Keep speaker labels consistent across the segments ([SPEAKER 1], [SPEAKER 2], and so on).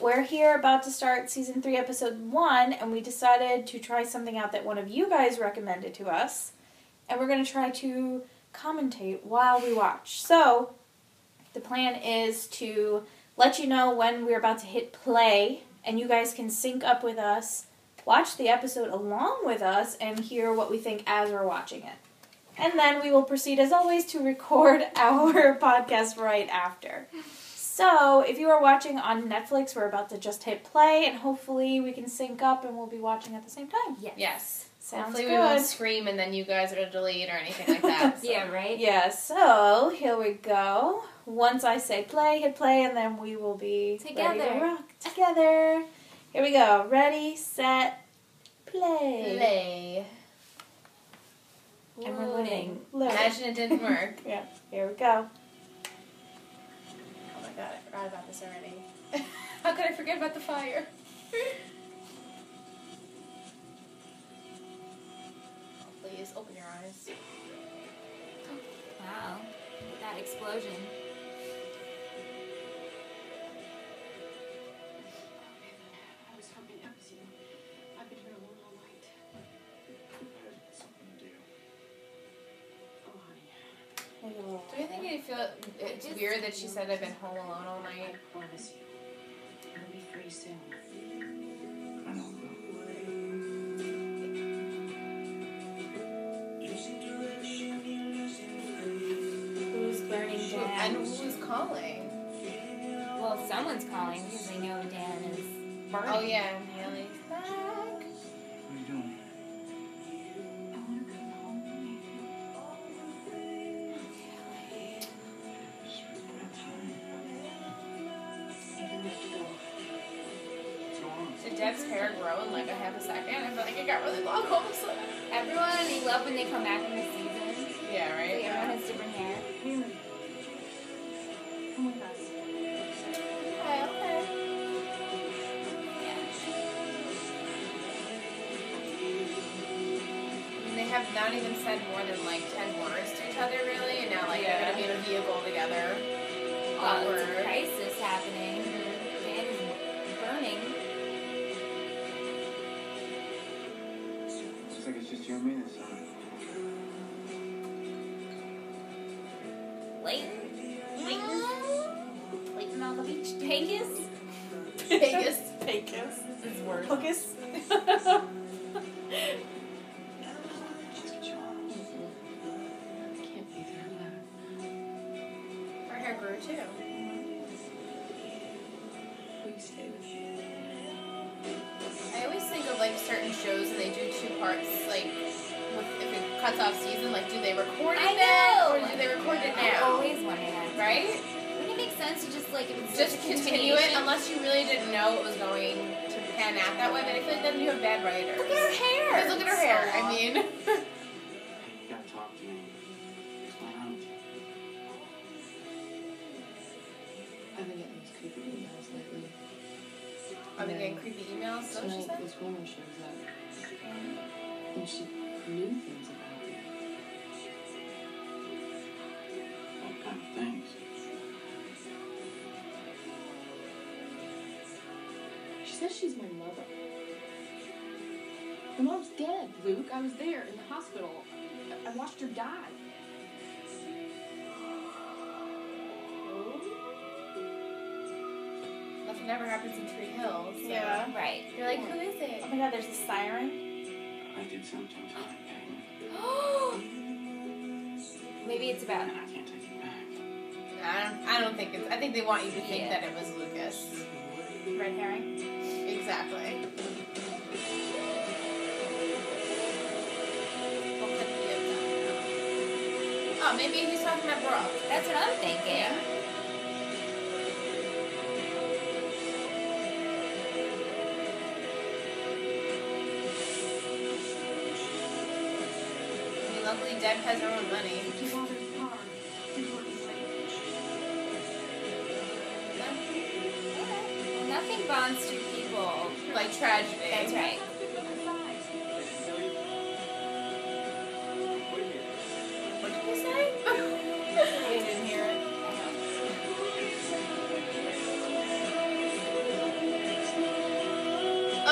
[SPEAKER 1] we're here about to start season three, episode one, and we decided to try something out that one of you guys recommended to us, and we're going to try to commentate while we watch. So, the plan is to let you know when we're about to hit play, and you guys can sync up with us, watch the episode along with us, and hear what we think as we're watching it. And then we will proceed, as always, to record our podcast right after. So, if you are watching on Netflix, we're about to just hit play, and hopefully we can sync up and we'll be watching at the same time.
[SPEAKER 2] Yes.
[SPEAKER 3] Yes.
[SPEAKER 1] Sounds
[SPEAKER 3] Hopefully
[SPEAKER 1] good.
[SPEAKER 3] we won't scream and then you guys are to delete or anything like that. so.
[SPEAKER 2] Yeah, right?
[SPEAKER 1] Yeah, so here we go. Once I say play, hit play, and then we will be ready to
[SPEAKER 2] Together.
[SPEAKER 1] rock together. Here we go. Ready, set, play.
[SPEAKER 3] Lay.
[SPEAKER 1] And we're loading. Loading.
[SPEAKER 3] Imagine it didn't work.
[SPEAKER 1] Here we go.
[SPEAKER 3] oh my god, I forgot about this already. How could I forget about the fire? Please open your eyes.
[SPEAKER 2] Wow. That explosion.
[SPEAKER 4] I was hoping that was you. I've been here alone all night.
[SPEAKER 5] I had something to do.
[SPEAKER 4] Oh, honey.
[SPEAKER 1] Maybe a little-
[SPEAKER 3] Do you think you feel it's weird that she said I've been home alone all night?
[SPEAKER 4] I promise you. I'll be free soon.
[SPEAKER 5] I know.
[SPEAKER 1] Who's burning
[SPEAKER 3] And
[SPEAKER 1] down?
[SPEAKER 3] who's calling?
[SPEAKER 2] Well, someone's calling because they know Dan is burning.
[SPEAKER 3] Oh yeah, Haley's back.
[SPEAKER 5] What are you doing?
[SPEAKER 4] I want to come home.
[SPEAKER 5] It's really time.
[SPEAKER 4] Even have to go.
[SPEAKER 5] What's going on?
[SPEAKER 3] Did Deb's hair grow in like a half a second? I feel like it got really long all of a sudden.
[SPEAKER 2] Everyone, they love when they come back in the season.
[SPEAKER 3] Yeah,
[SPEAKER 2] Like,
[SPEAKER 3] right?
[SPEAKER 2] Everyone has different hair.
[SPEAKER 4] Come with us.
[SPEAKER 3] Okay, okay.
[SPEAKER 2] Yeah.
[SPEAKER 3] And they have not even said more than like 10 words to each other, really, and now like they're gonna be in a vehicle together.
[SPEAKER 2] Oh,
[SPEAKER 3] Awkward.
[SPEAKER 2] it's a crisis happening. Dan is burning.
[SPEAKER 5] Looks like it's just you and me this time.
[SPEAKER 2] Leighton? Leighton? Leighton on the beach? Vegas?
[SPEAKER 3] Vegas.
[SPEAKER 1] Pecos.
[SPEAKER 2] It's worse.
[SPEAKER 1] Pocus.
[SPEAKER 5] Let's get you on.
[SPEAKER 4] Can't be there alone.
[SPEAKER 3] Her hair grew too.
[SPEAKER 4] Will you stay with me?
[SPEAKER 3] I always think of like certain shows and they do two parts, like with, if it cuts off season, like do they record it
[SPEAKER 2] I
[SPEAKER 3] then
[SPEAKER 2] know!
[SPEAKER 3] or do they record it
[SPEAKER 2] I
[SPEAKER 3] now?
[SPEAKER 2] always wonder that.
[SPEAKER 3] Right?
[SPEAKER 2] Wouldn't it make sense to just like if it's
[SPEAKER 3] Just
[SPEAKER 2] such a
[SPEAKER 3] continue it
[SPEAKER 2] continuation?
[SPEAKER 3] unless you really didn't know it was going to pan out that way, but I feel like then you have bad writers.
[SPEAKER 2] Look at her hair.
[SPEAKER 3] Look at her hair. I mean,
[SPEAKER 5] You gotta talk to me. What's going on?
[SPEAKER 4] I've been getting these creepy emails lately.
[SPEAKER 3] I've been
[SPEAKER 4] Yeah.
[SPEAKER 3] getting creepy emails. Is that what she
[SPEAKER 4] Tonight,
[SPEAKER 3] said?
[SPEAKER 4] this woman shows up. And she knew things about me.
[SPEAKER 5] What kind of things?
[SPEAKER 4] She says she's my mother. My mom's dead, Luke. I was there in the hospital. I- I watched her die.
[SPEAKER 3] Nothing ever happens in Tree Hill. So.
[SPEAKER 1] Yeah.
[SPEAKER 2] Right.
[SPEAKER 3] You're like, who is
[SPEAKER 1] Oh
[SPEAKER 3] it?
[SPEAKER 1] my god, there's a siren.
[SPEAKER 5] I did something to my pain,
[SPEAKER 2] Maybe it's about.
[SPEAKER 5] and I can't take it back.
[SPEAKER 3] I don't, I don't think it's. I think they want you to think
[SPEAKER 2] Yeah.
[SPEAKER 3] that it was Lucas.
[SPEAKER 1] Red herring.
[SPEAKER 3] Exactly. What could he have done? Oh, maybe he's talking about Brock.
[SPEAKER 2] That's what I'm thinking.
[SPEAKER 3] Yeah. I mean, luckily Deb has her own money.
[SPEAKER 4] She bought her car. It wasn't safe.
[SPEAKER 2] Well, nothing bonds two people.
[SPEAKER 3] Like tragedy.
[SPEAKER 2] That's right.
[SPEAKER 3] What did you say?
[SPEAKER 1] We didn't hear it.
[SPEAKER 2] Well,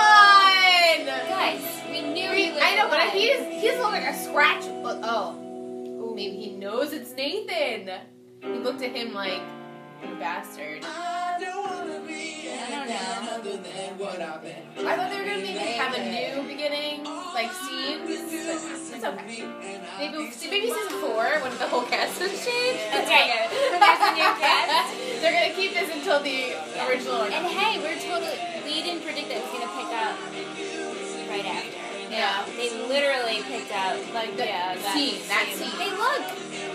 [SPEAKER 3] Oh, I know, but he just he doesn't look like a scratch. But oh, Ooh, maybe he knows it's Nathan. He looked at him like you bastard.
[SPEAKER 2] I don't know.
[SPEAKER 3] I thought they were gonna maybe have a new beginning, like scenes, but it's okay. Maybe maybe season four when the whole cast has changed. It's
[SPEAKER 2] Okay. When there's a new cast.
[SPEAKER 3] They're gonna keep this until the original.
[SPEAKER 2] And hey, we're totally. We didn't predict that it's gonna pick up right after.
[SPEAKER 3] Yeah.
[SPEAKER 2] They literally picked up like
[SPEAKER 3] The
[SPEAKER 2] yeah that
[SPEAKER 3] scene, that scene.
[SPEAKER 2] Hey, look.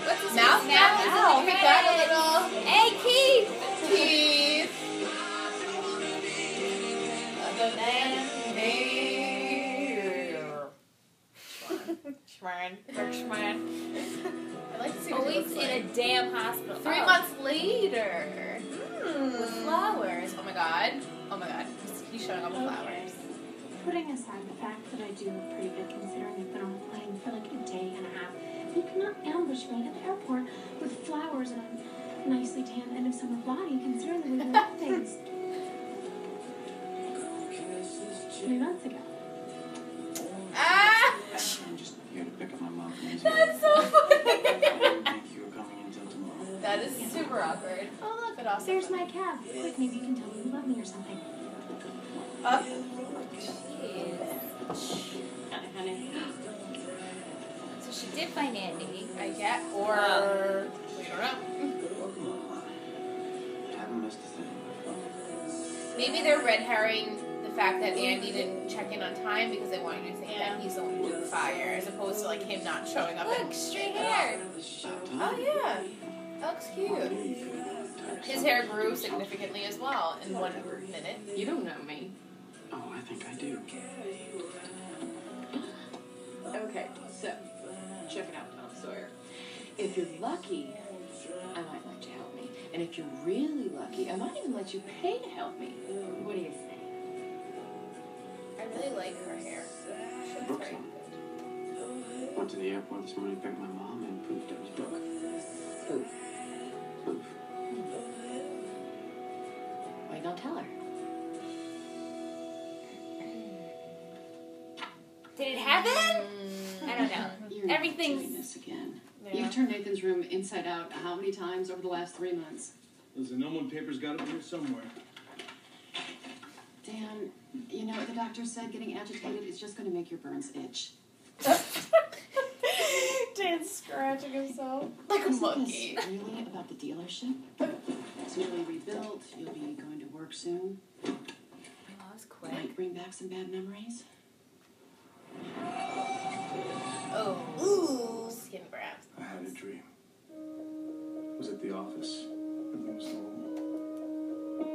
[SPEAKER 2] What's his
[SPEAKER 3] Mouth
[SPEAKER 2] name? Mouth
[SPEAKER 3] now.
[SPEAKER 2] is in the
[SPEAKER 3] We got a
[SPEAKER 2] credits. Hey, Keith.
[SPEAKER 3] little teeth.
[SPEAKER 2] The man.
[SPEAKER 1] Schmarn. Or Schmarn.
[SPEAKER 3] I like to see what he
[SPEAKER 2] Always
[SPEAKER 3] looks
[SPEAKER 2] in a
[SPEAKER 3] like.
[SPEAKER 2] damn hospital.
[SPEAKER 3] Three
[SPEAKER 2] Oh.
[SPEAKER 3] months later. With flowers. Hmm. Oh my god. Oh my god. He's- He's showing up with flowers.
[SPEAKER 6] Putting aside the fact that I do look pretty good considering I've been on a plane for like a day and a half, you cannot ambush me at the airport with flowers and a nicely tan end of summer body considering the way we look things three months ago.
[SPEAKER 3] Ah!
[SPEAKER 7] I'm just here to pick up my mom from this
[SPEAKER 3] That's so
[SPEAKER 7] I
[SPEAKER 3] funny.
[SPEAKER 7] didn't think you were coming until tomorrow.
[SPEAKER 3] that is super awkward. Oh look, it also.
[SPEAKER 6] There's my cab. Quick, maybe you can tell me you love me or something.
[SPEAKER 1] Up.
[SPEAKER 2] So she did find Andy.
[SPEAKER 3] I get or
[SPEAKER 2] Um,
[SPEAKER 3] we don't know.
[SPEAKER 7] Welcome, Mama. I haven't missed a thing.
[SPEAKER 3] Maybe they're red herring the fact that Andy didn't check in on time because they want you to think
[SPEAKER 2] Yeah.
[SPEAKER 3] that he's the one who did the fire, as opposed to like him not showing up.
[SPEAKER 2] Look,
[SPEAKER 3] and-
[SPEAKER 2] straight hair.
[SPEAKER 7] Shut
[SPEAKER 3] Oh
[SPEAKER 7] up.
[SPEAKER 3] yeah, that looks cute.
[SPEAKER 7] Tiresome.
[SPEAKER 3] His hair grew significantly as well in one minute.
[SPEAKER 8] You don't know me.
[SPEAKER 7] Oh, I think I do.
[SPEAKER 8] Okay, so check it out, Tom Sawyer. If you're lucky, I might let you help me. And if you're really lucky, I might even let you pay to help me. What do you think?
[SPEAKER 3] I really like her hair. She looks
[SPEAKER 7] Brooke's
[SPEAKER 3] very-
[SPEAKER 7] on. Went to the airport this morning, picked my mom, and poofed, it was Brooke.
[SPEAKER 8] Poof.
[SPEAKER 7] Poof.
[SPEAKER 9] Hmm.
[SPEAKER 8] Why not tell her?
[SPEAKER 2] Did it happen?
[SPEAKER 3] Mm.
[SPEAKER 2] I don't know.
[SPEAKER 10] You're
[SPEAKER 2] Everything's-
[SPEAKER 10] doing this again.
[SPEAKER 3] Yeah.
[SPEAKER 10] You've turned Nathan's room inside out how many times over the last three months?
[SPEAKER 9] Those enamel papers got to be here somewhere.
[SPEAKER 10] Dan, you know the doctor said getting agitated is just going to make your burns itch.
[SPEAKER 1] Dan's scratching himself.
[SPEAKER 3] Like a
[SPEAKER 10] Isn't
[SPEAKER 3] monkey.
[SPEAKER 10] this really about the dealership? It's newly rebuilt. You'll be going to work soon.
[SPEAKER 2] My mom's quick.
[SPEAKER 10] Might bring back some bad memories.
[SPEAKER 3] Oh. Ooh. Skin grabs.
[SPEAKER 9] I had a dream. It was at the office. Everything was normal.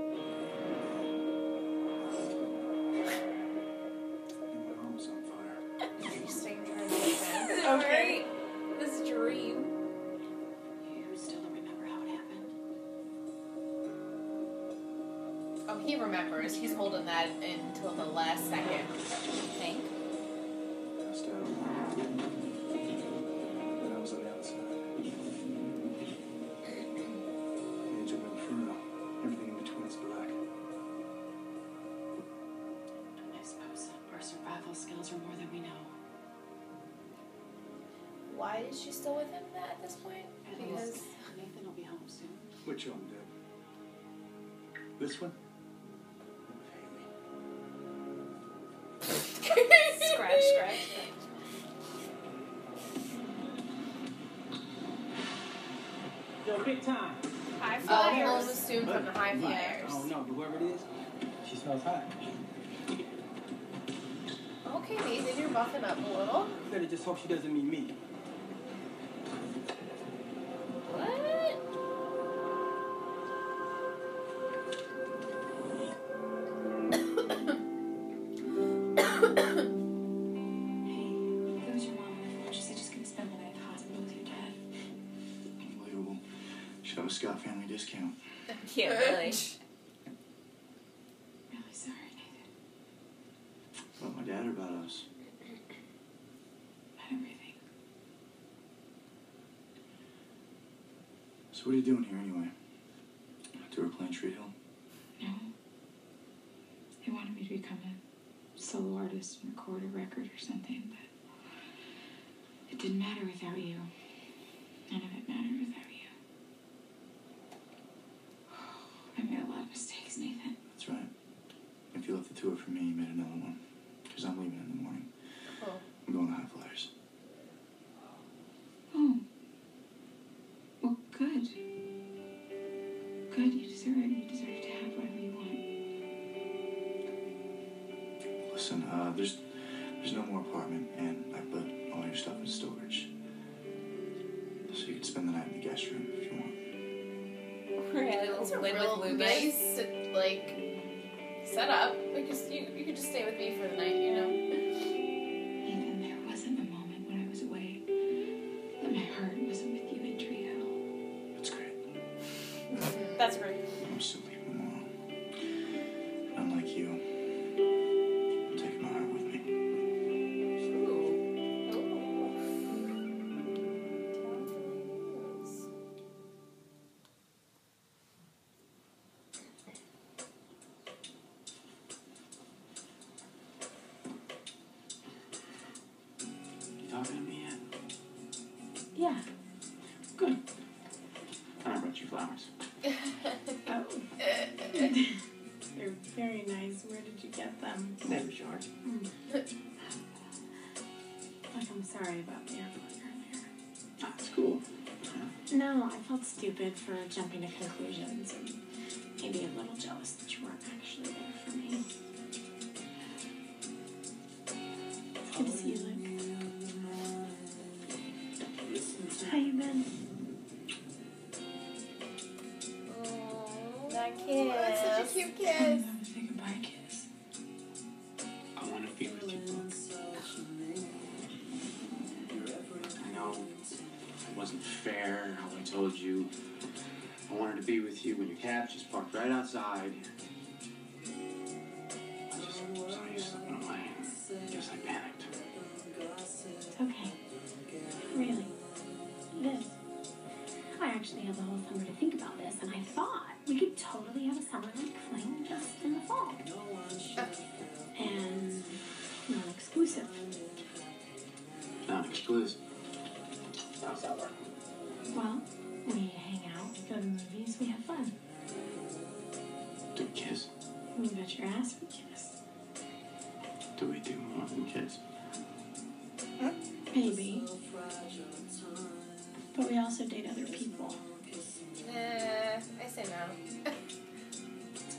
[SPEAKER 9] And my arm was on fire.
[SPEAKER 3] Interesting. transition.
[SPEAKER 2] Okay. This dream.
[SPEAKER 10] You still don't remember how it happened?
[SPEAKER 3] Oh, he remembers. He's holding that until the last second.
[SPEAKER 2] I think.
[SPEAKER 9] Passed out. Then I was on the outside. The edge of inferno. Everything in between is black.
[SPEAKER 10] I suppose our survival skills are more than we know.
[SPEAKER 3] Why is she still with him at this point?
[SPEAKER 10] At
[SPEAKER 3] Because
[SPEAKER 10] least Nathan will be home soon.
[SPEAKER 9] Which arm did? This one? Haley.
[SPEAKER 2] Scratch, scratch.
[SPEAKER 5] Yo, big time.
[SPEAKER 2] High
[SPEAKER 3] all
[SPEAKER 2] flyers.
[SPEAKER 3] homes assumed from the high flyers.
[SPEAKER 5] Oh no, but whoever it is, she smells hot.
[SPEAKER 3] Okay, Nathan, you're buffing up a little.
[SPEAKER 5] Better just hope she doesn't mean me.
[SPEAKER 3] What?
[SPEAKER 6] Hey, if it was your mom and I she's just gonna spend the night at the hospital with your dad.
[SPEAKER 9] Unbelievable. Should have a Scott family discount.
[SPEAKER 2] Yeah, really.
[SPEAKER 6] Really sorry, Nathan.
[SPEAKER 7] About my dad or about us?
[SPEAKER 6] About everything.
[SPEAKER 7] So what are you doing here anyway? To her playing Tree Hill?
[SPEAKER 6] No. They wanted me to become a solo artist and record a record or something, but It didn't matter without you. None of it mattered without you. I made a lot of mistakes, Nathan.
[SPEAKER 7] That's right. If you left the tour for me, you made another one. Because I'm leaving in the morning.
[SPEAKER 3] Cool.
[SPEAKER 7] I'm going to High Flyers.
[SPEAKER 6] Oh. Well, good. Good, you deserve it. You deserve to have whatever you want.
[SPEAKER 7] Listen, uh, there's there's no more apartment, and I put all your stuff in storage. So you can spend the night in the guest room if you want.
[SPEAKER 3] That's a
[SPEAKER 2] Live
[SPEAKER 3] real
[SPEAKER 2] with Lucas.
[SPEAKER 3] nice, like, setup. Like, just, you, you could just stay with me for the night, you know?
[SPEAKER 6] Nathan, there wasn't a moment when I was away that my heart wasn't with you in Trio.
[SPEAKER 7] That's great.
[SPEAKER 11] That's great.
[SPEAKER 7] I'm still leaving tomorrow. Unlike you, I'm taking my heart with me.
[SPEAKER 5] You talking to me yet?
[SPEAKER 6] Yeah.
[SPEAKER 5] Good. And I brought you flowers.
[SPEAKER 6] Oh. They're very nice. Where did you get them?
[SPEAKER 5] Neighbor's yard.
[SPEAKER 6] Look, I'm sorry about the airport earlier.
[SPEAKER 5] Ah, it's cool.
[SPEAKER 6] No, I felt stupid for jumping to conclusions and maybe a little jealous that you weren't actually there for me. Good to see you, Luke. How you been?
[SPEAKER 11] That
[SPEAKER 3] Oh, that's
[SPEAKER 11] kiss.
[SPEAKER 3] such a cute kiss.
[SPEAKER 6] That was a goodbye kiss.
[SPEAKER 5] I want to be with you, Brooke. I know it wasn't fair how I told you. I wanted to be with you when your cab just parked right outside. I just saw you slipping away. Guess I panicked.
[SPEAKER 6] It's okay.
[SPEAKER 12] Really? This. I actually had the whole summer to think about this, and I thought we could totally have a summer like fling just in the fall. And non exclusive.
[SPEAKER 5] Not exclusive. How's that work?
[SPEAKER 12] Well, we hang out, we go to the movies, we have fun.
[SPEAKER 5] Do we kiss?
[SPEAKER 12] You bet your ass we kiss.
[SPEAKER 5] Do we do more than kiss?
[SPEAKER 6] Maybe. But we also date other people.
[SPEAKER 3] Eh, I say no.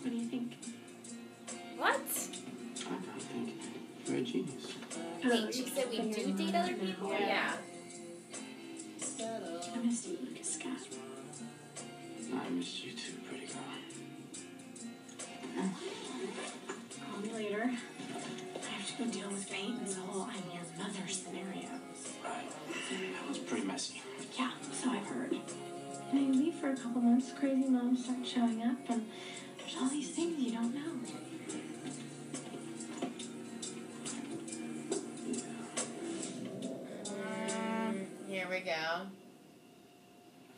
[SPEAKER 6] What do you think?
[SPEAKER 3] what?
[SPEAKER 5] I don't think you're a genius.
[SPEAKER 2] Wait, she said we do date other people?
[SPEAKER 3] Yeah.
[SPEAKER 6] I miss you, Lucas Scott.
[SPEAKER 5] I miss you too, pretty girl.
[SPEAKER 6] Call me later. I have to go deal with Peyton's whole I'm your mother scenario.
[SPEAKER 5] Right. That was pretty messy.
[SPEAKER 6] Yeah, so I've heard.
[SPEAKER 12] And I leave for a couple months, crazy moms start showing up, and there's all these things you don't know.
[SPEAKER 3] Mm, here we go.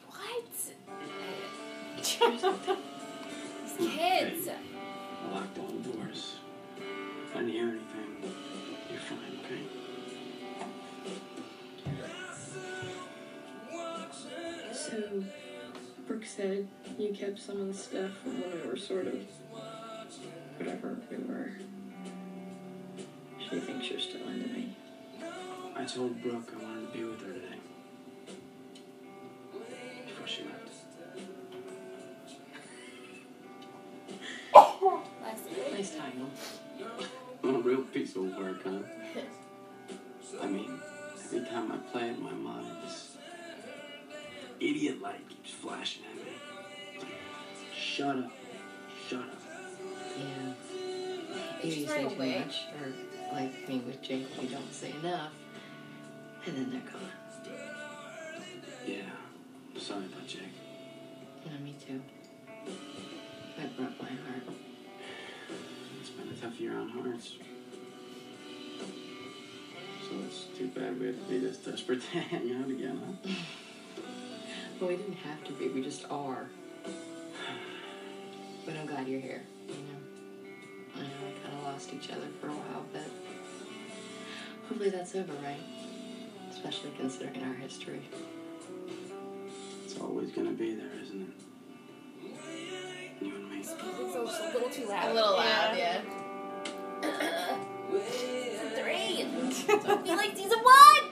[SPEAKER 2] What? These kids.
[SPEAKER 5] I locked all the doors. If I didn't hear anything, you're fine, okay?
[SPEAKER 10] So, Brooke said you kept some of the stuff from when we were sort of whatever we were. She thinks you're still into me.
[SPEAKER 5] I told Brooke I wanted to be with her today. Before she left.
[SPEAKER 13] Nice time.
[SPEAKER 5] What a real piece of work, huh? I mean, every time I play it, my mind this idiot light keeps flashing at me. Shut up. Shut up.
[SPEAKER 10] Yeah. Either you
[SPEAKER 3] She's
[SPEAKER 10] say
[SPEAKER 3] running
[SPEAKER 10] too
[SPEAKER 3] away.
[SPEAKER 10] much, or like me with Jake, you don't say enough, and then they're gone.
[SPEAKER 5] Yeah. Sorry about Jake.
[SPEAKER 10] Yeah, me too. That broke my heart.
[SPEAKER 5] It's been a tough year on hearts. So it's too bad we had to be this desperate to hang out again, huh?
[SPEAKER 10] Well, we didn't have to be, we just are. But I'm glad you're here, you know. I know we kind of lost each other for a while, but hopefully that's over, right? It's
[SPEAKER 14] especially considering our history.
[SPEAKER 5] It's always gonna be there, isn't it? You and me.
[SPEAKER 2] It's a it's a little too loud.
[SPEAKER 3] A little loud, yeah.
[SPEAKER 2] Three. Don't be like season one.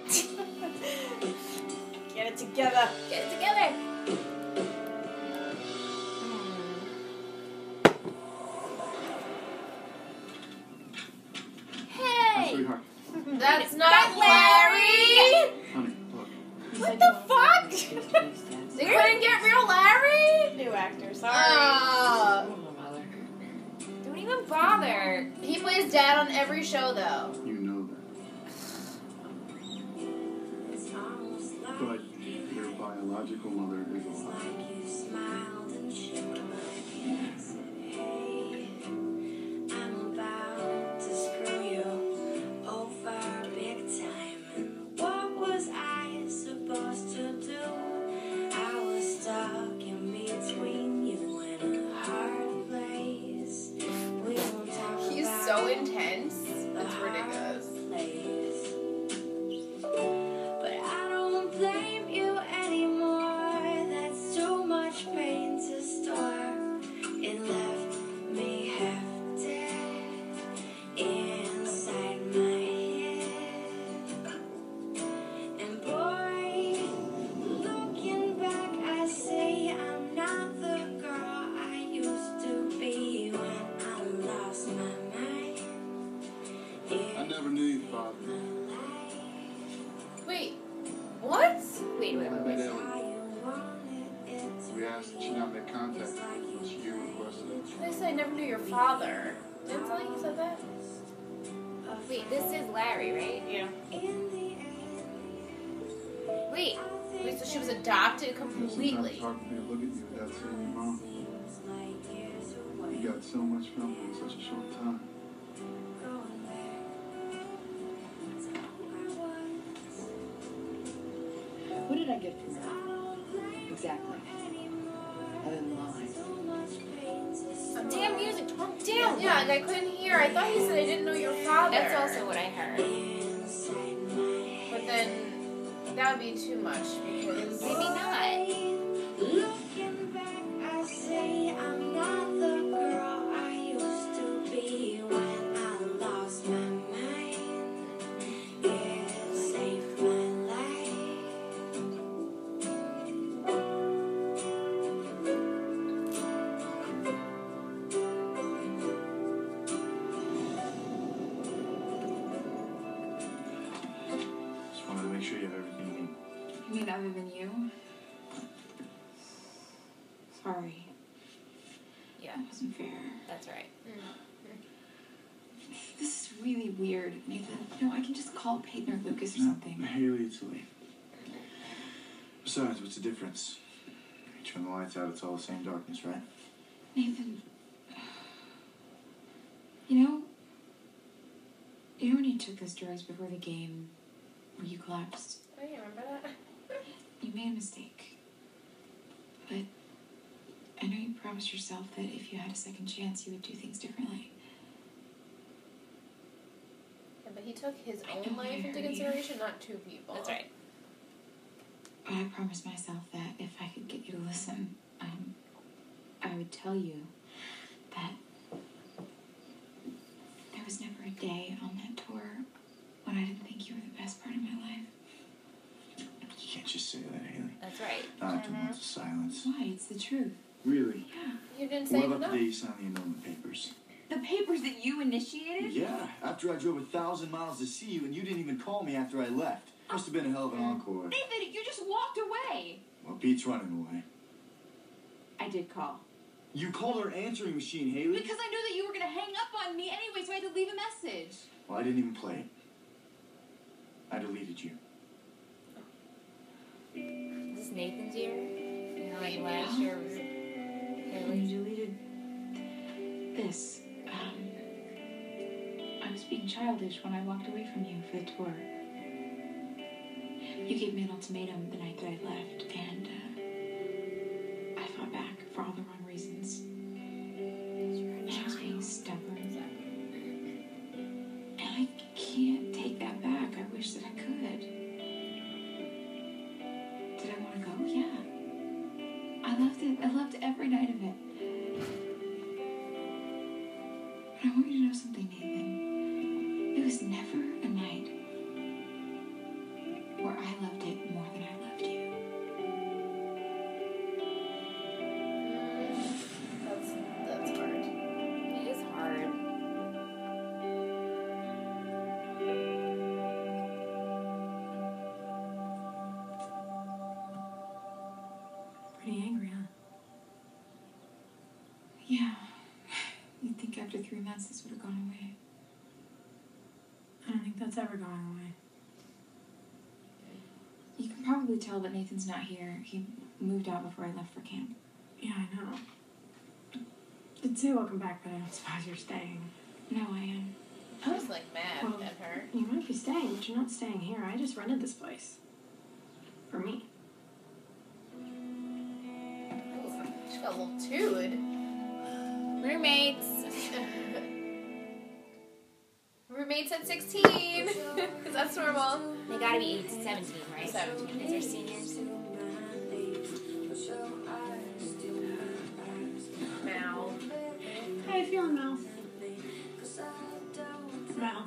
[SPEAKER 1] Get it together.
[SPEAKER 2] Get it together.
[SPEAKER 5] My
[SPEAKER 2] Hey.
[SPEAKER 5] sweetheart.
[SPEAKER 3] That's not Larry!
[SPEAKER 5] Honey, look.
[SPEAKER 2] What the fuck?
[SPEAKER 3] They couldn't get real Larry?
[SPEAKER 1] New actor, sorry.
[SPEAKER 3] Oh.
[SPEAKER 2] Don't even bother.
[SPEAKER 3] He plays dad on every show, though.
[SPEAKER 5] You know that. But your biological mother is alive.
[SPEAKER 3] He's so intense. That's ridiculous.
[SPEAKER 15] But I don't blame you anymore. That's too much pain to store. It left me half dead inside my head. And boy, looking back, I say I'm not the girl I used to be when I lost my mind.
[SPEAKER 5] I never knew you, Father.
[SPEAKER 3] Wait, what?
[SPEAKER 2] Wait, wait, wait, wait.
[SPEAKER 5] We asked that you not make contact with us. You requested it.
[SPEAKER 3] They said I never knew your father. Didn't tell you said that?
[SPEAKER 2] Wait, this is Larry, right?
[SPEAKER 1] Yeah.
[SPEAKER 2] Wait.
[SPEAKER 3] Wait, so she was adopted
[SPEAKER 5] Sometimes it's
[SPEAKER 3] completely.
[SPEAKER 5] hard for me to look at you without seeing your mom. You got so much from her in such a short time.
[SPEAKER 10] What did I get from her? Exactly. Other than lies.
[SPEAKER 2] Damn music. Calm down.
[SPEAKER 3] Yeah, and I couldn't hear. I thought he said I didn't know your father.
[SPEAKER 2] That's also what I heard. Maybe
[SPEAKER 3] But then that would be too much because
[SPEAKER 2] not.
[SPEAKER 15] Looking back, I say I'm not the girl I used to be when I lost my mind. It saved my life.
[SPEAKER 7] Just wanted to make sure you have everything you need.
[SPEAKER 11] You mean other than you? Sorry,
[SPEAKER 2] Yeah,
[SPEAKER 11] that wasn't fair.
[SPEAKER 2] that's right.
[SPEAKER 11] This is really weird, Nathan. You know, I can just call Peyton or Lucas or something.
[SPEAKER 7] Haley, it's late. Besides, what's the difference? You turn the lights out, it's all the same darkness, right?
[SPEAKER 11] Nathan, you know, you know when you took those drugs before the game, where you collapsed.
[SPEAKER 3] Oh, you remember that?
[SPEAKER 11] You made a mistake. But I know you promised yourself that if you had a second chance, you would do things differently.
[SPEAKER 3] Yeah, but he took his
[SPEAKER 11] I
[SPEAKER 3] own
[SPEAKER 11] know, I
[SPEAKER 3] life into
[SPEAKER 11] heard you.
[SPEAKER 3] consideration, not two people.
[SPEAKER 2] That's right.
[SPEAKER 11] But I promised myself that if I could get you to listen, um, I would tell you that there was never a day on that tour when I didn't think you were the best part of my life.
[SPEAKER 7] You can't just say that, Haley.
[SPEAKER 2] That's right.
[SPEAKER 7] Not after months of silence.
[SPEAKER 11] Why? It's the truth.
[SPEAKER 7] Really?
[SPEAKER 11] Yeah.
[SPEAKER 3] You didn't say
[SPEAKER 7] What about
[SPEAKER 3] enough.
[SPEAKER 7] the day you signed the annulment papers?
[SPEAKER 11] The papers that you initiated?
[SPEAKER 7] Yeah, after I drove a thousand miles to see you and you didn't even call me after I left. Must have been a hell of an encore.
[SPEAKER 11] Nathan, you just walked away.
[SPEAKER 7] Well, Pete's running away.
[SPEAKER 11] I did call.
[SPEAKER 7] You called our answering machine, Haley.
[SPEAKER 11] Because I knew that you were going to hang up on me anyway, so I had to leave a message.
[SPEAKER 7] Well, I didn't even play it. I deleted you.
[SPEAKER 2] Is this Nathan's year? You know, like last year was
[SPEAKER 11] When
[SPEAKER 2] Haley's.
[SPEAKER 11] you deleted this, um, I was being childish when I walked away from you for the tour. You gave me an ultimatum the night that I left, and uh, I fought back for all the wrong reasons. And I was being stubborn. And I can't take that back. I wish that I could. you to know something, Nathan? It was never a night where I loved it more than I loved you.
[SPEAKER 3] That's that's hard.
[SPEAKER 2] It is hard.
[SPEAKER 11] Pretty angry, huh? Yeah. You'd think after three months this would have gone away. I don't think that's ever gone away. You can probably tell that Nathan's not here. He moved out before I left for camp.
[SPEAKER 6] Yeah, I know. Did say welcome back, but I don't suppose you're staying.
[SPEAKER 11] No, I am.
[SPEAKER 3] I was like mad
[SPEAKER 6] Well,
[SPEAKER 3] at her.
[SPEAKER 6] You might be staying, but you're not staying here. I just rented this place. For me.
[SPEAKER 3] She got a little toed.
[SPEAKER 2] Roommates.
[SPEAKER 3] Roommates at 16. Because that's normal.
[SPEAKER 2] They gotta be 8 to 17, right?
[SPEAKER 3] 17.
[SPEAKER 2] These are seniors.
[SPEAKER 3] Mal.
[SPEAKER 6] How you feeling, Mel? Mel.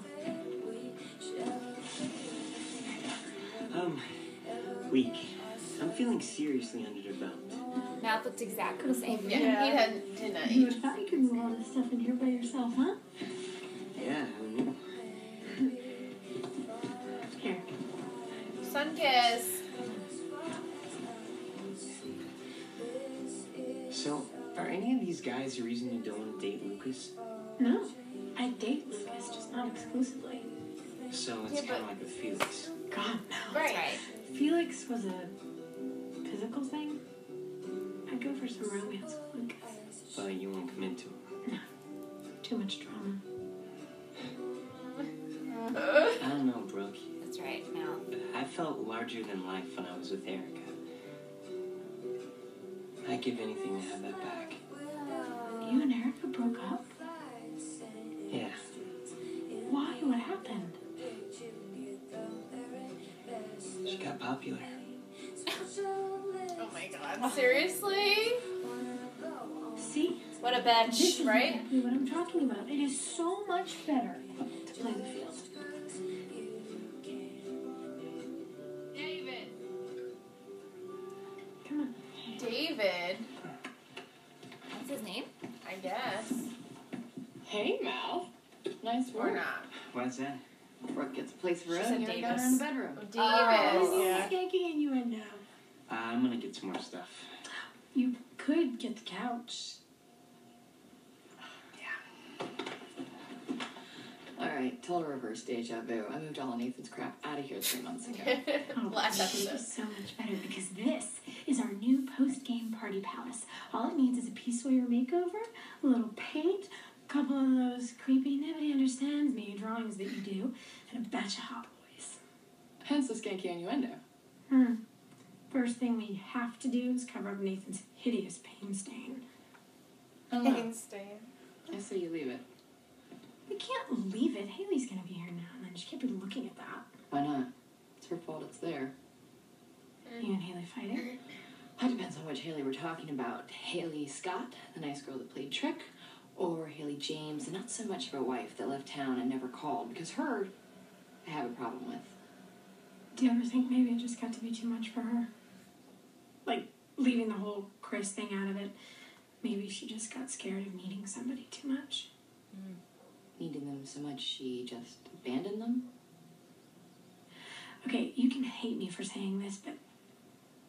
[SPEAKER 16] Um, weak. I'm feeling seriously underdeveloped.
[SPEAKER 2] Mouth looked exactly the same.
[SPEAKER 3] Yeah, he didn't, didn't
[SPEAKER 4] You would have thought you could move all this stuff in here by yourself, huh?
[SPEAKER 16] Yeah, who knew?
[SPEAKER 6] Here.
[SPEAKER 3] Sun kiss.
[SPEAKER 16] So, are any of these guys the reason you don't want to date Lucas?
[SPEAKER 6] No. I date Lucas, just not exclusively.
[SPEAKER 16] So
[SPEAKER 6] Yeah,
[SPEAKER 16] it's kind
[SPEAKER 6] but-
[SPEAKER 16] of like a Felix.
[SPEAKER 6] God, no.
[SPEAKER 2] Right. right.
[SPEAKER 6] Felix was a physical thing. I'd go for some romance with Lucas.
[SPEAKER 16] But you won't commit to him.
[SPEAKER 6] Too much drama.
[SPEAKER 16] I don't know, Brooke.
[SPEAKER 2] That's right, Mal.
[SPEAKER 16] I felt larger than life when I was with Erica. I'd give anything to have that back.
[SPEAKER 6] You and Erica broke up?
[SPEAKER 16] Yeah.
[SPEAKER 6] Why? What happened?
[SPEAKER 16] She got popular.
[SPEAKER 3] Oh my god. Seriously?
[SPEAKER 6] See?
[SPEAKER 2] What a bench,
[SPEAKER 6] This is
[SPEAKER 2] right?
[SPEAKER 6] exactly what I'm talking about. It is so much better to play the field.
[SPEAKER 3] David.
[SPEAKER 6] Come on.
[SPEAKER 3] David.
[SPEAKER 2] What's his name?
[SPEAKER 3] I guess.
[SPEAKER 10] Hey, Mal. Nice
[SPEAKER 3] Or
[SPEAKER 10] work.
[SPEAKER 3] not.
[SPEAKER 16] Why's that?
[SPEAKER 10] Brooke gets a place for
[SPEAKER 6] She
[SPEAKER 10] us. and
[SPEAKER 6] said
[SPEAKER 10] you got her in
[SPEAKER 6] Davis.
[SPEAKER 10] the bedroom.
[SPEAKER 3] Davis.
[SPEAKER 6] Oh,
[SPEAKER 10] yeah.
[SPEAKER 6] yeah. Skanking and you in now.
[SPEAKER 16] Uh, I'm gonna get some more stuff.
[SPEAKER 6] You could get the couch.
[SPEAKER 10] All right, total reverse deja vu. I moved all of Nathan's crap out of here three months ago.
[SPEAKER 6] Oh,
[SPEAKER 3] Last
[SPEAKER 6] this is
[SPEAKER 3] episode.
[SPEAKER 6] so much better because this is our new post-game party palace. All it needs is a Peace Warrior makeover, a little paint, a couple of those creepy nobody understands me drawings that you do, and a batch of hot boys.
[SPEAKER 10] Hence the skanky innuendo.
[SPEAKER 6] Hmm. First thing we have to do is cover up Nathan's hideous pain stain.
[SPEAKER 3] Higgins staying.
[SPEAKER 10] I say you leave it.
[SPEAKER 6] We can't leave it. Haley's gonna be here now and then. She can't be looking at that.
[SPEAKER 10] Why not? It's her fault it's there.
[SPEAKER 6] You and Haley fighting?
[SPEAKER 10] That depends on which Haley we're talking about. Haley Scott, the nice girl that played Trick, or Haley James, the not so much of a wife that left town and never called, because her I have a problem with.
[SPEAKER 6] Do you ever think maybe it just got to be too much for her? Like leaving the whole Chris thing out of it. Maybe she just got scared of needing somebody too much.
[SPEAKER 10] Needing them so much she just abandoned them.
[SPEAKER 6] Okay, you can hate me for saying this, but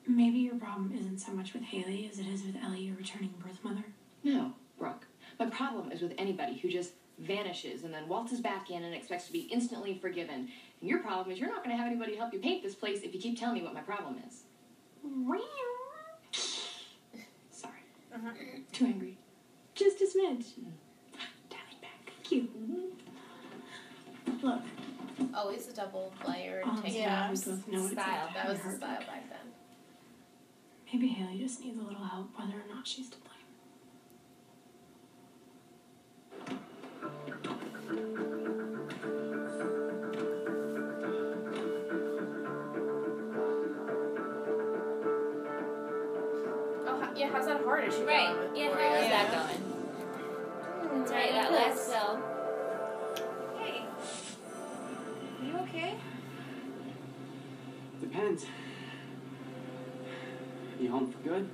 [SPEAKER 6] maybe your problem isn't so much with Haley as it is with Ellie, your returning birth mother.
[SPEAKER 10] No, Brooke. My problem is with anybody who just vanishes and then waltzes back in and expects to be instantly forgiven. And your problem is you're not going to have anybody help you paint this place if you keep telling me what my problem is. Sorry. Too angry.
[SPEAKER 6] Just a smidge. Dial it back. Cute. Look,
[SPEAKER 3] Always Oh, a double layer
[SPEAKER 6] Oh,
[SPEAKER 3] take
[SPEAKER 6] yeah,
[SPEAKER 3] ups.
[SPEAKER 6] we both know it's
[SPEAKER 3] Style.
[SPEAKER 6] like
[SPEAKER 3] That was the
[SPEAKER 6] hurt.
[SPEAKER 3] style back then.
[SPEAKER 6] maybe Haley just needs a little help, whether or not she's to blame.
[SPEAKER 3] Oh, ho- yeah, how's that hard? Is she
[SPEAKER 2] Right.
[SPEAKER 3] gone?
[SPEAKER 2] Yeah, how is that going? That's right, that last spell.
[SPEAKER 17] depends. You home for good?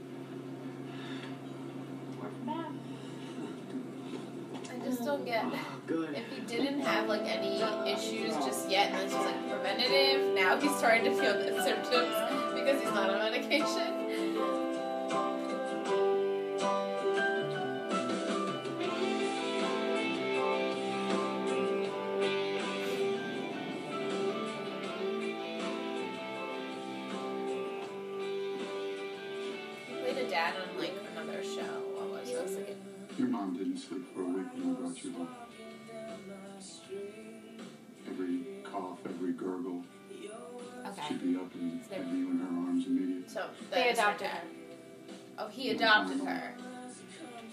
[SPEAKER 3] I just don't get
[SPEAKER 17] Oh, Good.
[SPEAKER 3] if he didn't have like any issues just yet, and this was like preventative. Now he's starting to feel the symptoms because he's not on medication. He played a dad on like another show. What was it? It was like a-
[SPEAKER 18] Your mom didn't sleep for a week when I brought you home. Every cough, every gurgle, she'd be up and have you in her arms immediately.
[SPEAKER 3] So
[SPEAKER 1] They
[SPEAKER 3] that is her
[SPEAKER 1] adopted
[SPEAKER 3] dad. Oh, he adopted her.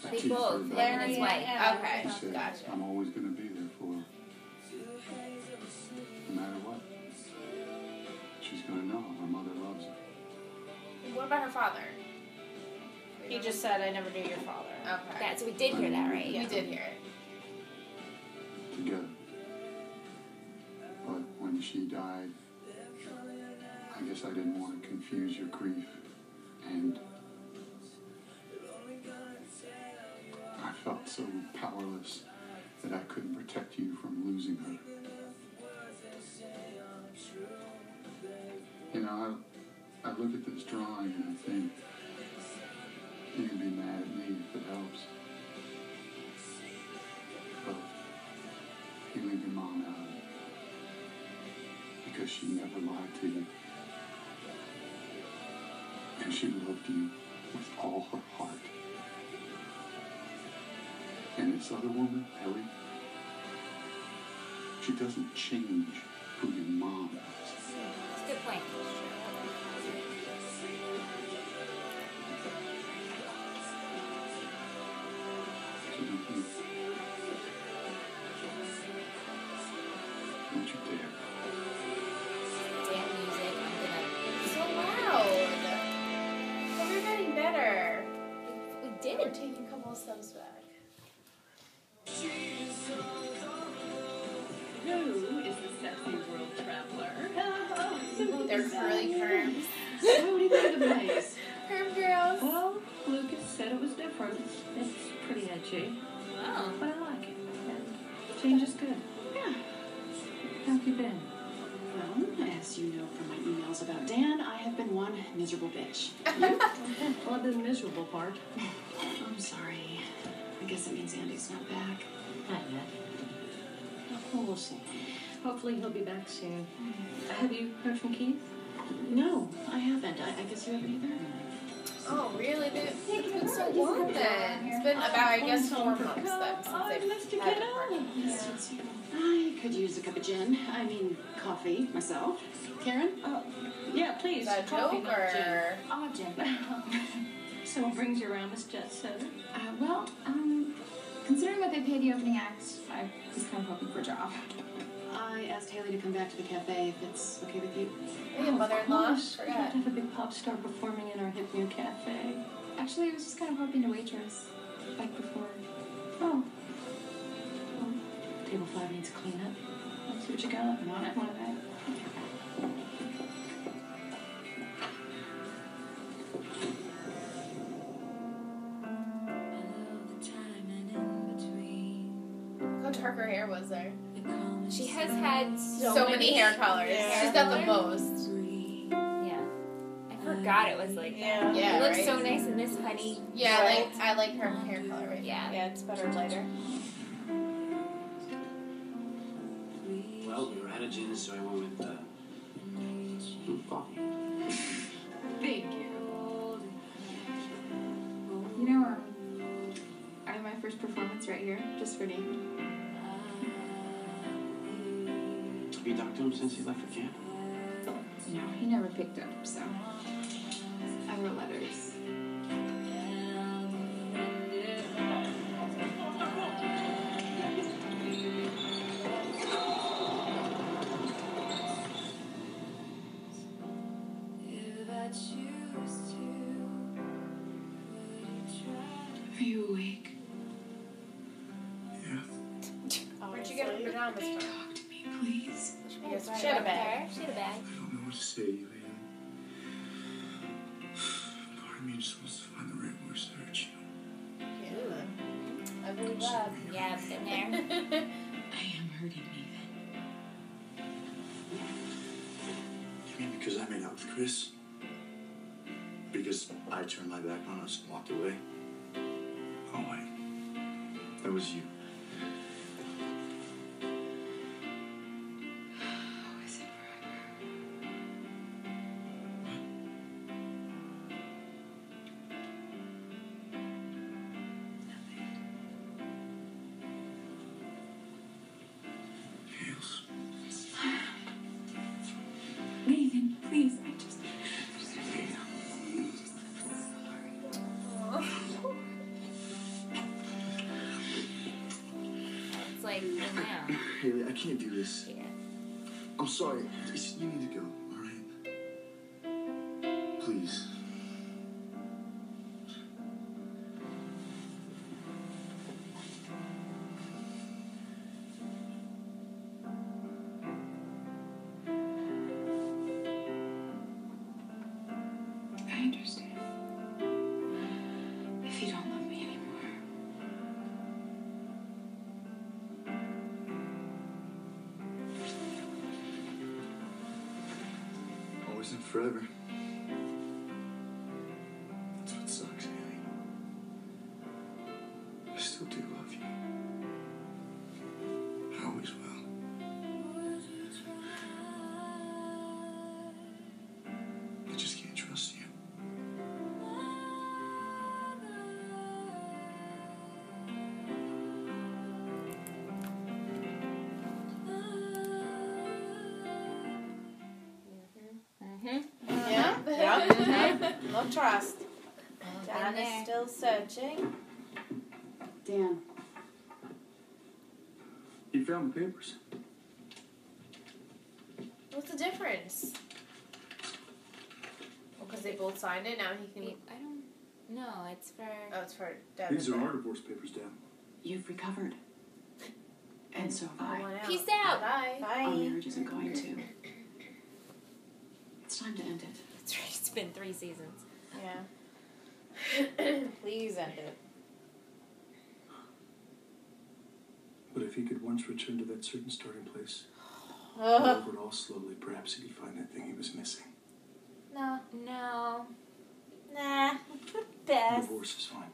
[SPEAKER 18] I teach her about
[SPEAKER 3] Larry and
[SPEAKER 18] it.
[SPEAKER 3] his wife.
[SPEAKER 18] She
[SPEAKER 3] Okay,
[SPEAKER 18] said,
[SPEAKER 3] gotcha.
[SPEAKER 18] I'm always going to be there for her. No matter what. She's going to know her mother loves her.
[SPEAKER 3] What about her father?
[SPEAKER 1] He just said, "I never knew your father."
[SPEAKER 3] Okay.
[SPEAKER 6] That, so we did hear that, right?
[SPEAKER 3] We did hear it.
[SPEAKER 18] together. But when she died, I guess I didn't want to confuse your grief, and I felt so powerless that I couldn't protect you from losing her. You know, I, I look at this drawing and I think you can be mad at me if it helps. But you leave your mom out of it. Because she never lied to you. And she loved you with all her heart. And this other woman, Ellie, she doesn't change who your mom is.
[SPEAKER 6] It's a good point.
[SPEAKER 18] So don't you, don't you dare.
[SPEAKER 6] Damn music. I'm
[SPEAKER 3] So loud. But we're getting better.
[SPEAKER 6] We did.
[SPEAKER 3] We're taking a couple of steps back.
[SPEAKER 2] Who is the sexy world traveler? Oh,
[SPEAKER 3] They're curly perms.
[SPEAKER 2] So many of the place.
[SPEAKER 3] Perm girls.
[SPEAKER 2] Well, Lucas said it was different. It's pretty edgy.
[SPEAKER 6] Oh.
[SPEAKER 2] But I like it. And change is good. Yeah. How have you been?
[SPEAKER 10] Well, as you know from my emails about Dan, I have been one miserable bitch.
[SPEAKER 2] Well, I've been miserable part.
[SPEAKER 10] I'm sorry. I guess it means Andy's not back.
[SPEAKER 2] Not yet. Well, we'll see. Hopefully he'll be back soon. Have you heard from Keith?
[SPEAKER 10] No, I haven't. I, I guess you haven't either.
[SPEAKER 3] Oh, really? They- It's been so long then. It's been about, I guess,
[SPEAKER 2] Oh,
[SPEAKER 3] four months then since I've had a party.
[SPEAKER 10] I could use a cup of gin. I mean, coffee myself. Karen? Oh, yeah, please.
[SPEAKER 3] The
[SPEAKER 10] coffee, not
[SPEAKER 3] Joker.
[SPEAKER 10] Oh, gin. so what brings you around, Miss Jet Soda? Uh, well, um,
[SPEAKER 11] Considering what they paid the opening act, I was kind of hoping for a job.
[SPEAKER 10] I asked Haley to come back to the cafe if it's okay with you.
[SPEAKER 3] Hey, mother-in-law.
[SPEAKER 10] We
[SPEAKER 3] Forgot.
[SPEAKER 10] have to have a big pop star performing in our hip new cafe.
[SPEAKER 11] Actually, I was just kind of hoping to waitress, like before.
[SPEAKER 10] Oh. Well, table five needs cleanup. Let's see what you got. Want it? Want it?
[SPEAKER 3] Look How dark her hair was there.
[SPEAKER 6] She has had so,
[SPEAKER 3] So, many, hair colors. She's got the most.
[SPEAKER 6] Yeah. I forgot it was like that.
[SPEAKER 3] Yeah,
[SPEAKER 6] It looks
[SPEAKER 3] right?
[SPEAKER 6] so nice in this honey.
[SPEAKER 3] Yeah,
[SPEAKER 6] gold.
[SPEAKER 3] like I like her hair color right
[SPEAKER 6] Yeah.
[SPEAKER 1] Yeah, it's better lighter.
[SPEAKER 5] Well, we were out of gin, so I went with uh, coffee.
[SPEAKER 11] Thank you. You know, um, I have my first performance right here, just for Dean.
[SPEAKER 17] Have you talked to him since he left for camp?
[SPEAKER 11] No, he never picked up, so. I wrote letters.
[SPEAKER 10] Are you awake?
[SPEAKER 3] now. Where'd you get her pajamas from?
[SPEAKER 10] Please.
[SPEAKER 3] She has
[SPEAKER 6] Right
[SPEAKER 3] she had a
[SPEAKER 6] up there.
[SPEAKER 3] bag.
[SPEAKER 6] She had a bag.
[SPEAKER 18] I don't know what to say, Elaine.
[SPEAKER 7] mean, you're supposed to find the right words to hurt you.
[SPEAKER 2] I believe love. Yeah, I've been there.
[SPEAKER 11] I am hurting, Nathan.
[SPEAKER 7] You mean because I made out with Chris? Because I turned my back on us and walked away? Oh, wait. That was you. Feels.
[SPEAKER 19] Nathan, please, I just.
[SPEAKER 2] It's like now.
[SPEAKER 7] Haley, I can't do this. I'm sorry. It's- You need to go, all right? Please.
[SPEAKER 11] I understand. If you don't love me anymore.
[SPEAKER 7] Always and forever. That's what sucks, Haley. I still do love you. I always will. I just can't trust you.
[SPEAKER 1] Yeah. Yep. Mhm. No trust. Dan is still searching.
[SPEAKER 10] Dan.
[SPEAKER 9] You found the papers.
[SPEAKER 3] What's the difference? Well, because they both signed it, now he can. I don't.
[SPEAKER 2] No, it's for.
[SPEAKER 3] Oh, it's for Dad.
[SPEAKER 9] These are our divorce papers, Dan.
[SPEAKER 10] You've recovered. And so have I.
[SPEAKER 2] Peace out.
[SPEAKER 3] Bye.
[SPEAKER 11] Oh,
[SPEAKER 10] Our marriage isn't going to. It's time to end it.
[SPEAKER 2] That's right. It's been three seasons.
[SPEAKER 3] Yeah.
[SPEAKER 2] Please end it.
[SPEAKER 9] But if he could once return to that certain starting place,
[SPEAKER 1] Ugh.
[SPEAKER 9] over it all slowly, perhaps he could find that thing he was missing.
[SPEAKER 1] No.
[SPEAKER 2] No.
[SPEAKER 1] Nah. Best.
[SPEAKER 9] Divorce is fine,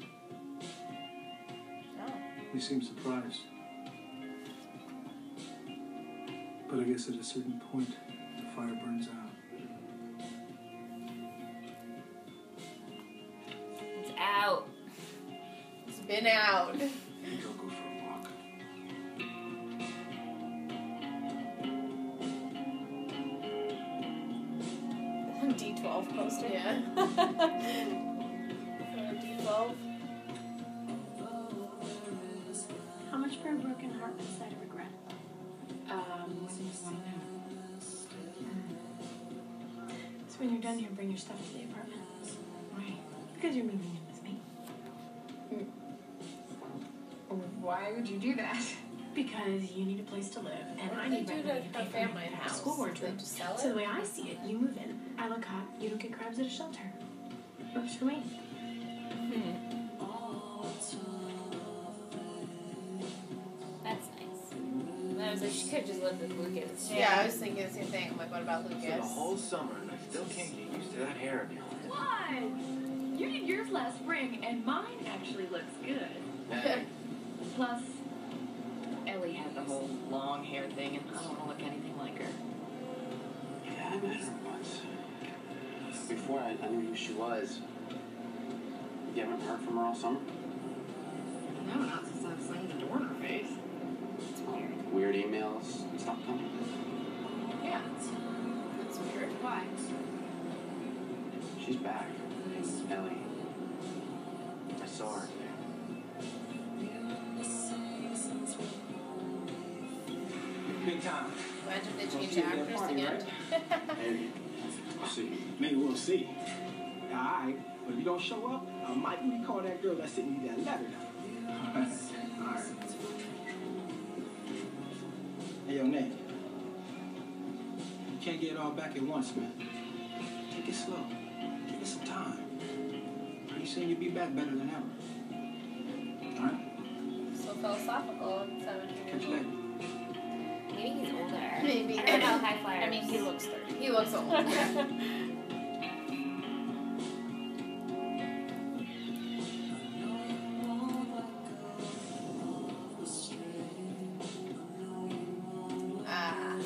[SPEAKER 9] Deb. You seem surprised. But I guess at a certain point, the fire burns out.
[SPEAKER 2] It's out.
[SPEAKER 3] It's been out.
[SPEAKER 1] D12 poster.
[SPEAKER 3] Yeah.
[SPEAKER 1] D12.
[SPEAKER 6] How much for a broken heart beside a regret?
[SPEAKER 10] Um,
[SPEAKER 6] So when you're done here, bring your stuff to the apartment. Right. Because you're moving in with me.
[SPEAKER 11] Why would you do that?
[SPEAKER 6] Because you need a place to live, and
[SPEAKER 3] What
[SPEAKER 6] I
[SPEAKER 3] do they
[SPEAKER 6] need
[SPEAKER 3] do
[SPEAKER 6] rent
[SPEAKER 3] to
[SPEAKER 6] money to pay
[SPEAKER 3] her
[SPEAKER 6] for
[SPEAKER 3] family
[SPEAKER 6] my
[SPEAKER 3] house?
[SPEAKER 6] school
[SPEAKER 3] Do they
[SPEAKER 6] wardrobe.
[SPEAKER 3] just sell
[SPEAKER 6] So
[SPEAKER 3] it?
[SPEAKER 6] the way I see it, you move in, I look hot, you don't get crabs at a shelter. Works for me.
[SPEAKER 2] That's nice. I was like, she could just live with Lucas.
[SPEAKER 3] Yeah, I was thinking the same thing. I'm like, what about Lucas?
[SPEAKER 20] summer, and I still can't get used to that hair of yours.
[SPEAKER 6] What? You did yours last spring, and mine actually looks good. Plus,
[SPEAKER 21] Ellie had the whole long hair thing, and I don't want to look anything like her.
[SPEAKER 9] Yeah, I met her once. Before I, I knew who she was. You haven't heard from her all summer?
[SPEAKER 21] No, not since I've seen the door in her face.
[SPEAKER 9] Oh, Weird emails and stuff coming.
[SPEAKER 21] Yeah. That's weird. Why?
[SPEAKER 9] She's back. Ellie. I saw her today.
[SPEAKER 5] Big time.
[SPEAKER 3] Imagine they change the actors again.
[SPEAKER 5] Maybe. We'll see. Maybe we'll see. Alright, but if you don't show up, I might recall that girl that sent me that letter now. Alright. Alright. Hey, yo, Nate. You can't get it all back at once, man.
[SPEAKER 9] Take
[SPEAKER 22] it slow. Give it some time. Pretty soon you'll be back better than ever. Alright?
[SPEAKER 3] So philosophical at 17
[SPEAKER 22] Catch you later.
[SPEAKER 2] Maybe he's older.
[SPEAKER 3] Maybe.
[SPEAKER 2] I don't know, high flyers.
[SPEAKER 3] I mean, he looks
[SPEAKER 2] 30.
[SPEAKER 3] He looks old. Ah.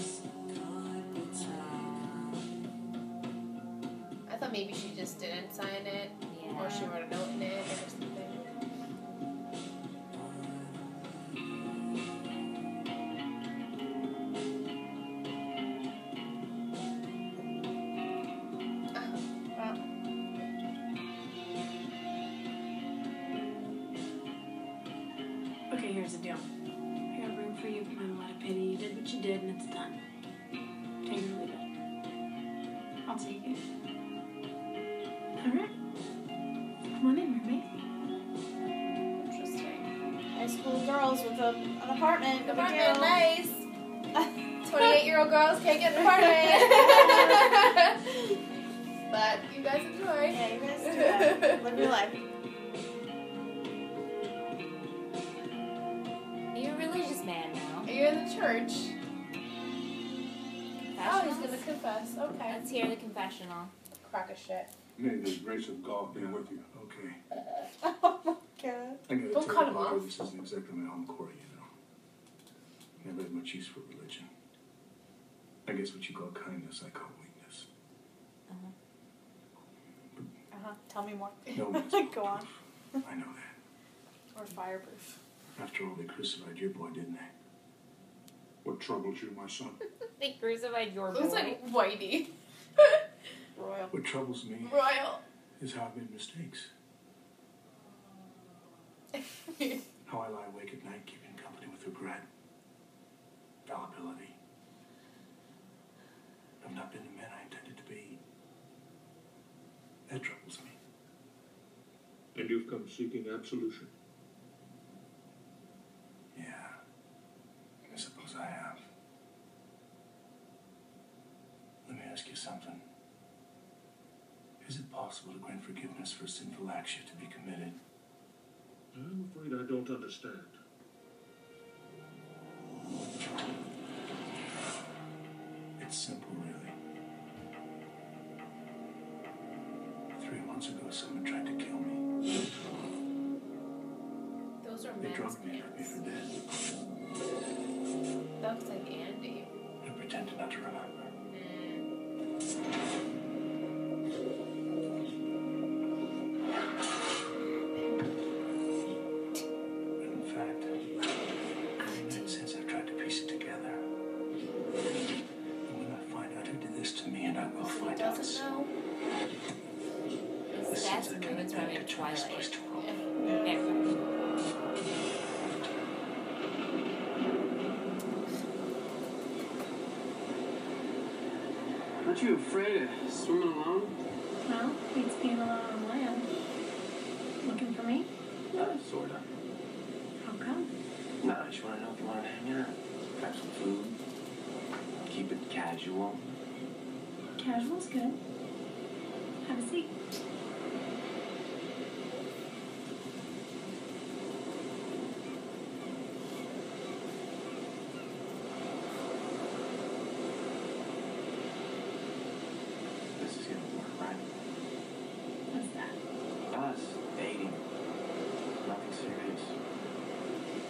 [SPEAKER 3] I thought maybe she just didn't sign it, or she wrote a note in it, or something.
[SPEAKER 6] Okay, here's the deal. I got room for you, but I'm a lot of pity. You did what you did, and it's done. Take it or leave it. I'll take it. All right. Come on in, mermaid.
[SPEAKER 1] Interesting. High school girls with a, an apartment.
[SPEAKER 3] Apartment, nice.
[SPEAKER 1] Twenty-eight-year-old girls can't
[SPEAKER 3] get an apartment. But you guys enjoy.
[SPEAKER 1] Yeah, you guys do that. Live your life.
[SPEAKER 2] Are you a religious man now?
[SPEAKER 3] Are you in the church? Oh, he's
[SPEAKER 2] Confessionals?
[SPEAKER 3] gonna confess. Okay.
[SPEAKER 2] Let's hear the confessional.
[SPEAKER 3] Crock of shit.
[SPEAKER 9] May the grace of God be with you. Okay. I gotta
[SPEAKER 3] Don't
[SPEAKER 9] tell
[SPEAKER 3] cut
[SPEAKER 9] you,
[SPEAKER 3] him
[SPEAKER 9] my
[SPEAKER 3] off.
[SPEAKER 9] brother, This isn't exactly my encore, you know. Never had much use for religion. I guess what you call kindness, I call weakness.
[SPEAKER 1] Uh
[SPEAKER 2] Uh-huh.
[SPEAKER 1] huh. Tell me more.
[SPEAKER 9] No one's
[SPEAKER 1] Go on.
[SPEAKER 9] I know that.
[SPEAKER 1] Or fireproof.
[SPEAKER 9] After all, they crucified your boy, didn't they? What troubles you, my son?
[SPEAKER 2] They crucified your boy.
[SPEAKER 3] Looks like Whitey.
[SPEAKER 1] Royal.
[SPEAKER 9] What troubles me
[SPEAKER 3] Royal.
[SPEAKER 9] is how I've made mistakes. How I lie awake at night, keeping company with regret, fallibility. I've not been the man I intended to be. That troubles me.
[SPEAKER 23] And you've come seeking absolution.
[SPEAKER 9] Yeah. I suppose I have. Let me ask you something. Is it possible to grant forgiveness for sinful acts yet to be committed?
[SPEAKER 23] I'm afraid I don't understand.
[SPEAKER 9] It's simple, really. Three months ago, someone tried to kill me.
[SPEAKER 3] Those are
[SPEAKER 9] They
[SPEAKER 3] men's
[SPEAKER 9] drugged me and left me
[SPEAKER 3] pants.
[SPEAKER 9] for dead.
[SPEAKER 3] That looks like Andy.
[SPEAKER 9] I pretended not to remember. In fact, ever since I've tried to piece it together. And when I find out who did this to me, and I will find out.
[SPEAKER 3] Doesn't know.
[SPEAKER 9] This seems
[SPEAKER 2] That's the
[SPEAKER 9] like an
[SPEAKER 2] moment where I'm in
[SPEAKER 9] epic choice
[SPEAKER 2] Twilight.
[SPEAKER 9] to
[SPEAKER 5] Aren't you afraid of swimming alone?
[SPEAKER 6] Well, it's being alone on land. Looking for me?
[SPEAKER 5] Uh, sorta.
[SPEAKER 6] How come?
[SPEAKER 5] No, I just want to know if you want to hang out. Grab some food. Keep it casual.
[SPEAKER 6] Casual's good. Have a seat.
[SPEAKER 5] This is gonna work, right?
[SPEAKER 6] What's that?
[SPEAKER 5] Us dating. Nothing serious.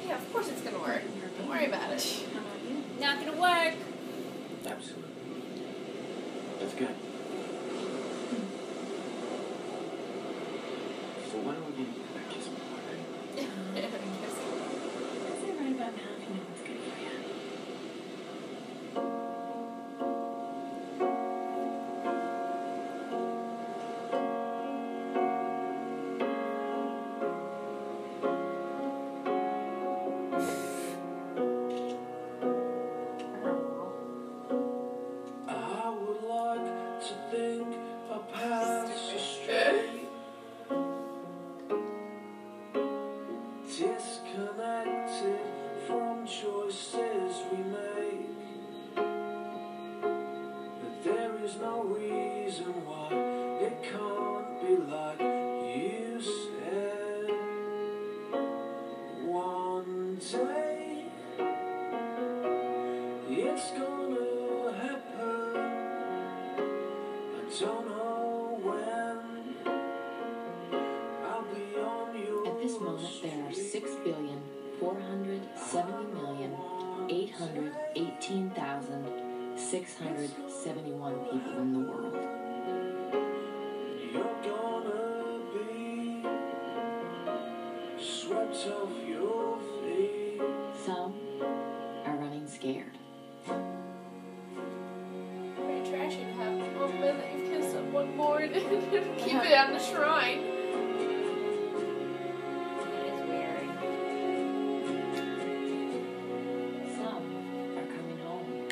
[SPEAKER 3] Yeah, of course it's gonna work. Don't worry about it.
[SPEAKER 6] How about you?
[SPEAKER 2] Not gonna work.
[SPEAKER 5] Absolutely. That's good.
[SPEAKER 6] Hmm.
[SPEAKER 5] So why don't we get a kiss before then?
[SPEAKER 6] Is it right about now if you know what's good for you?
[SPEAKER 24] I would like to think I passed astray.
[SPEAKER 5] it's gonna happen. I don't know when. I'll be on your
[SPEAKER 10] At this moment, there are six billion four hundred seventy million eight hundred eighteen thousand six hundred seventy-one people in the world.
[SPEAKER 5] You're gonna be swept off your feet.
[SPEAKER 10] Some are running scared.
[SPEAKER 3] Pretty trashy to have people admit that you've kissed someone more and keep it on the shrine. It is weird.
[SPEAKER 10] Some are coming home.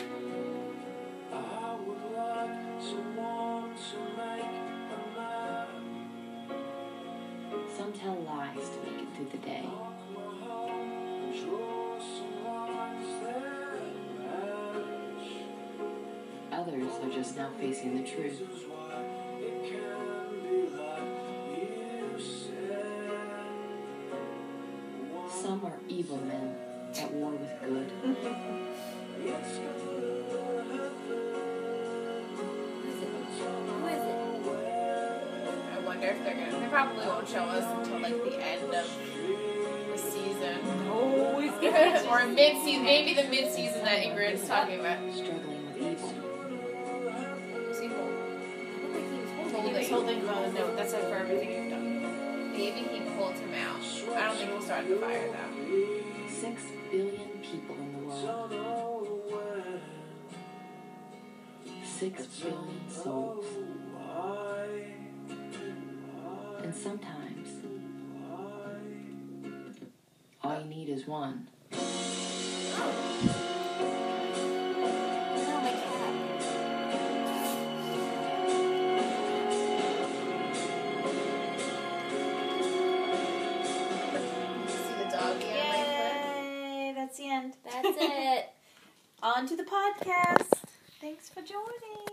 [SPEAKER 5] I would like someone to make a man
[SPEAKER 10] Some tell lies to make it through the day.
[SPEAKER 5] and draw some lines that match.
[SPEAKER 10] Others are just now facing the truth.
[SPEAKER 5] It can be like you said.
[SPEAKER 10] Some are evil men at war with good.
[SPEAKER 5] It's gonna
[SPEAKER 3] I wonder if they're gonna. They probably won't show us until like the end of the season. Oh, or mid season. Maybe the mid season that Ingrid's talking about.
[SPEAKER 10] Struggling with evil.
[SPEAKER 3] Was he holding?
[SPEAKER 6] holding.
[SPEAKER 3] He was holding uh, the note that said for everything you've done. Maybe he pulled him out. I don't think he started the fire though.
[SPEAKER 10] Six billion people in the world. Six billion souls. And sometimes, all you need is one.
[SPEAKER 3] See the doggy on my foot.
[SPEAKER 1] Yay! That's the end.
[SPEAKER 6] That's it.
[SPEAKER 1] On to the podcast. Thanks for joining.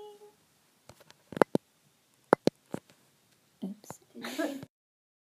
[SPEAKER 6] Oops.